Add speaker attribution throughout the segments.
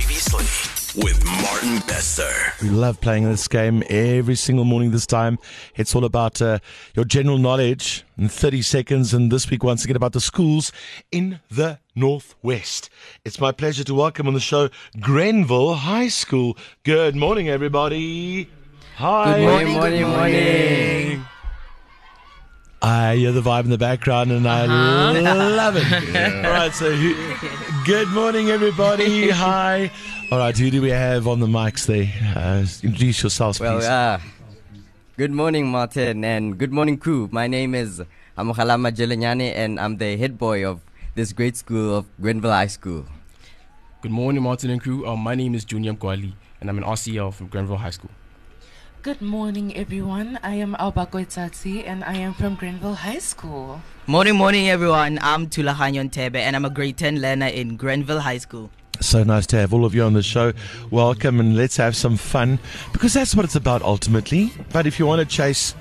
Speaker 1: Seriously with Martin Besser.
Speaker 2: We love playing this game every single morning this time. It's all about uh, your general knowledge in 30 seconds. And this week, once again, about the schools in the Northwest. It's my pleasure to welcome on the show Grenville High School. Good morning, everybody. Hi.
Speaker 3: Morning, morning, morning.
Speaker 2: I hear the vibe in the background and I
Speaker 3: Uh-huh.
Speaker 2: love it. All right, so who, good morning, everybody. Hi. All right, who do we have on the mics there? Uh, introduce yourselves,
Speaker 3: Well,
Speaker 2: please.
Speaker 3: uh, good morning, Martin, and good morning, crew. My name is Amukhalama Jelanyane, and I'm the head boy of this great school of Grenville High School.
Speaker 4: Good morning, Martin and crew. Uh, my name is Junior Mkwali, and I'm an RCL from Grenville High School.
Speaker 5: Good morning, everyone. I am Alba Tati, and I am from Grenville High School.
Speaker 6: Morning, morning, everyone. I'm Tulahanyon Tebe, and I'm a grade 10 learner in Grenville High School.
Speaker 2: So nice to have all of you on the show. Welcome and let's have some fun because that's what it's about ultimately. But if you want to chase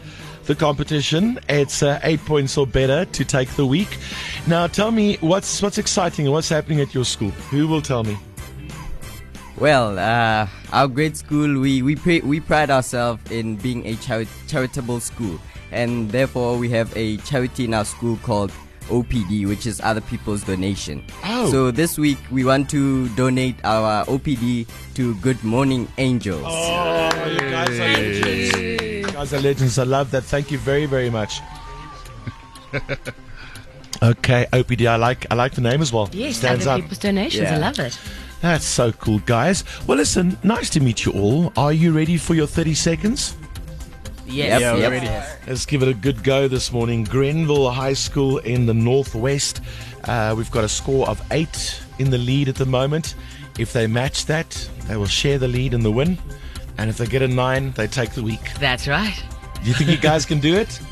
Speaker 2: the competition, it's uh, eight points or better to take the week. Now, tell me what's what's exciting and what's happening at your school. Who will tell me?
Speaker 3: Well, uh, our great school, we we, pray, we pride ourselves in being a chari- charitable school, and therefore we have a charity in our school called OPD, which is other people's donation.
Speaker 2: Oh.
Speaker 3: So this week we want to donate our OPD to Good Morning Angels.
Speaker 2: Oh, you guys are legends. You guys are legends. I love that. Thank you very, very much. okay, OPD. I like I like the name as well.
Speaker 7: Yes,
Speaker 2: stands
Speaker 7: other
Speaker 2: up.
Speaker 7: people's donations. I
Speaker 3: Yeah.
Speaker 7: love it.
Speaker 2: That's so cool, guys. Well, listen, nice to meet you all. Are you ready for your thirty seconds?
Speaker 6: Yes.
Speaker 3: Yep, yep.
Speaker 2: Let's give it a good go this morning. Grenville High School in the Northwest. Uh, we've got a score of eight in the lead at the moment. If they match that, they will share the lead and the win. And if they get a nine, they take the week.
Speaker 7: That's right.
Speaker 2: Do you think you guys can do it?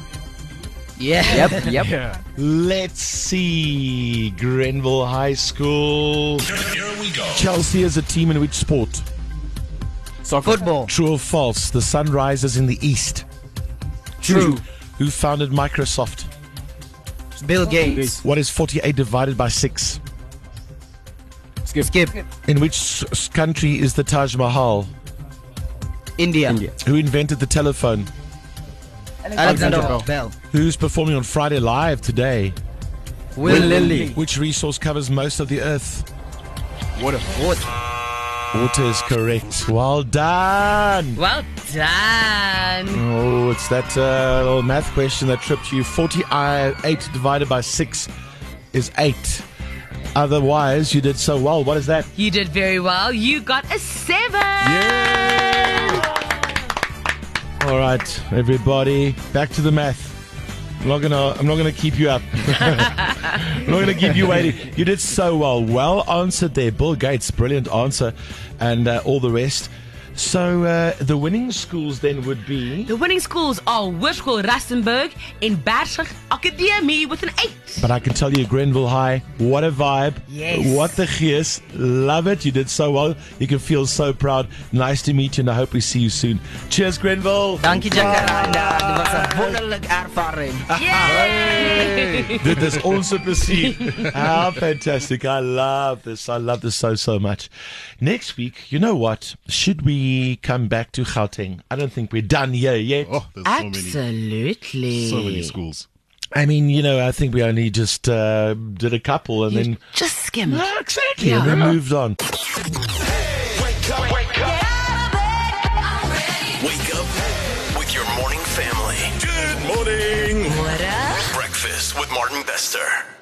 Speaker 6: Yeah.
Speaker 3: Yep, yep.
Speaker 2: Let's see. Grenville High School.
Speaker 1: Here we go.
Speaker 2: Chelsea is a team in which sport?
Speaker 4: Soccer.
Speaker 6: Football.
Speaker 2: True or false? The sun rises in the east.
Speaker 4: True.
Speaker 2: Who founded Microsoft?
Speaker 6: Bill Gates.
Speaker 2: What is 48 divided by 6?
Speaker 4: Skip.
Speaker 6: Skip.
Speaker 2: In which s- s- country is the Taj Mahal?
Speaker 6: India.
Speaker 2: Who invented the telephone?
Speaker 6: Alexander
Speaker 4: Alexander
Speaker 6: Bell.
Speaker 2: Who's performing on Friday Live today?
Speaker 3: Will Lilly.
Speaker 2: Which resource covers most of the earth?
Speaker 4: Water.
Speaker 2: Water is correct. Well done.
Speaker 7: Well done.
Speaker 2: Oh, it's that uh, little math question that tripped you. 48 divided by 6 is 8. Otherwise, you did so well. What is that?
Speaker 7: You did very well. You got a seven.
Speaker 2: All right, everybody, back to the math. I'm not gonna. I'm not gonna keep you up. I'm not gonna keep you waiting. You did so well. Well answered there, Bill Gates. Brilliant answer, and uh, all the rest. So uh, the winning schools then would be.
Speaker 7: The winning schools are Wishkol Rustenburg in Bachelor Academy with an eight.
Speaker 2: But I can tell you, Grenville High, what a vibe.
Speaker 7: Yes.
Speaker 2: What the gears. Love it. You did so well. You can feel so proud. Nice to meet you, and I hope we see you soon. Cheers, Grenville.
Speaker 6: Dankie Jacaranda. Dit was 'n wonderlike ervaring.
Speaker 7: Yay!
Speaker 2: Dit is ons plezier. How fantastic. I love this. I love this so, so much. Next week, you know what? Should we come back to Gauteng? I don't think we're done here yet.
Speaker 8: Oh, there's so many,
Speaker 7: Absolutely.
Speaker 8: so many schools.
Speaker 2: I mean, you know, I think we only just uh, did a couple and then...
Speaker 7: Just skim.
Speaker 2: Ah, exactly. And then moved on.
Speaker 1: Wake up, wake up. Wake up with your morning family. Good morning. Breakfast with Martin Bester.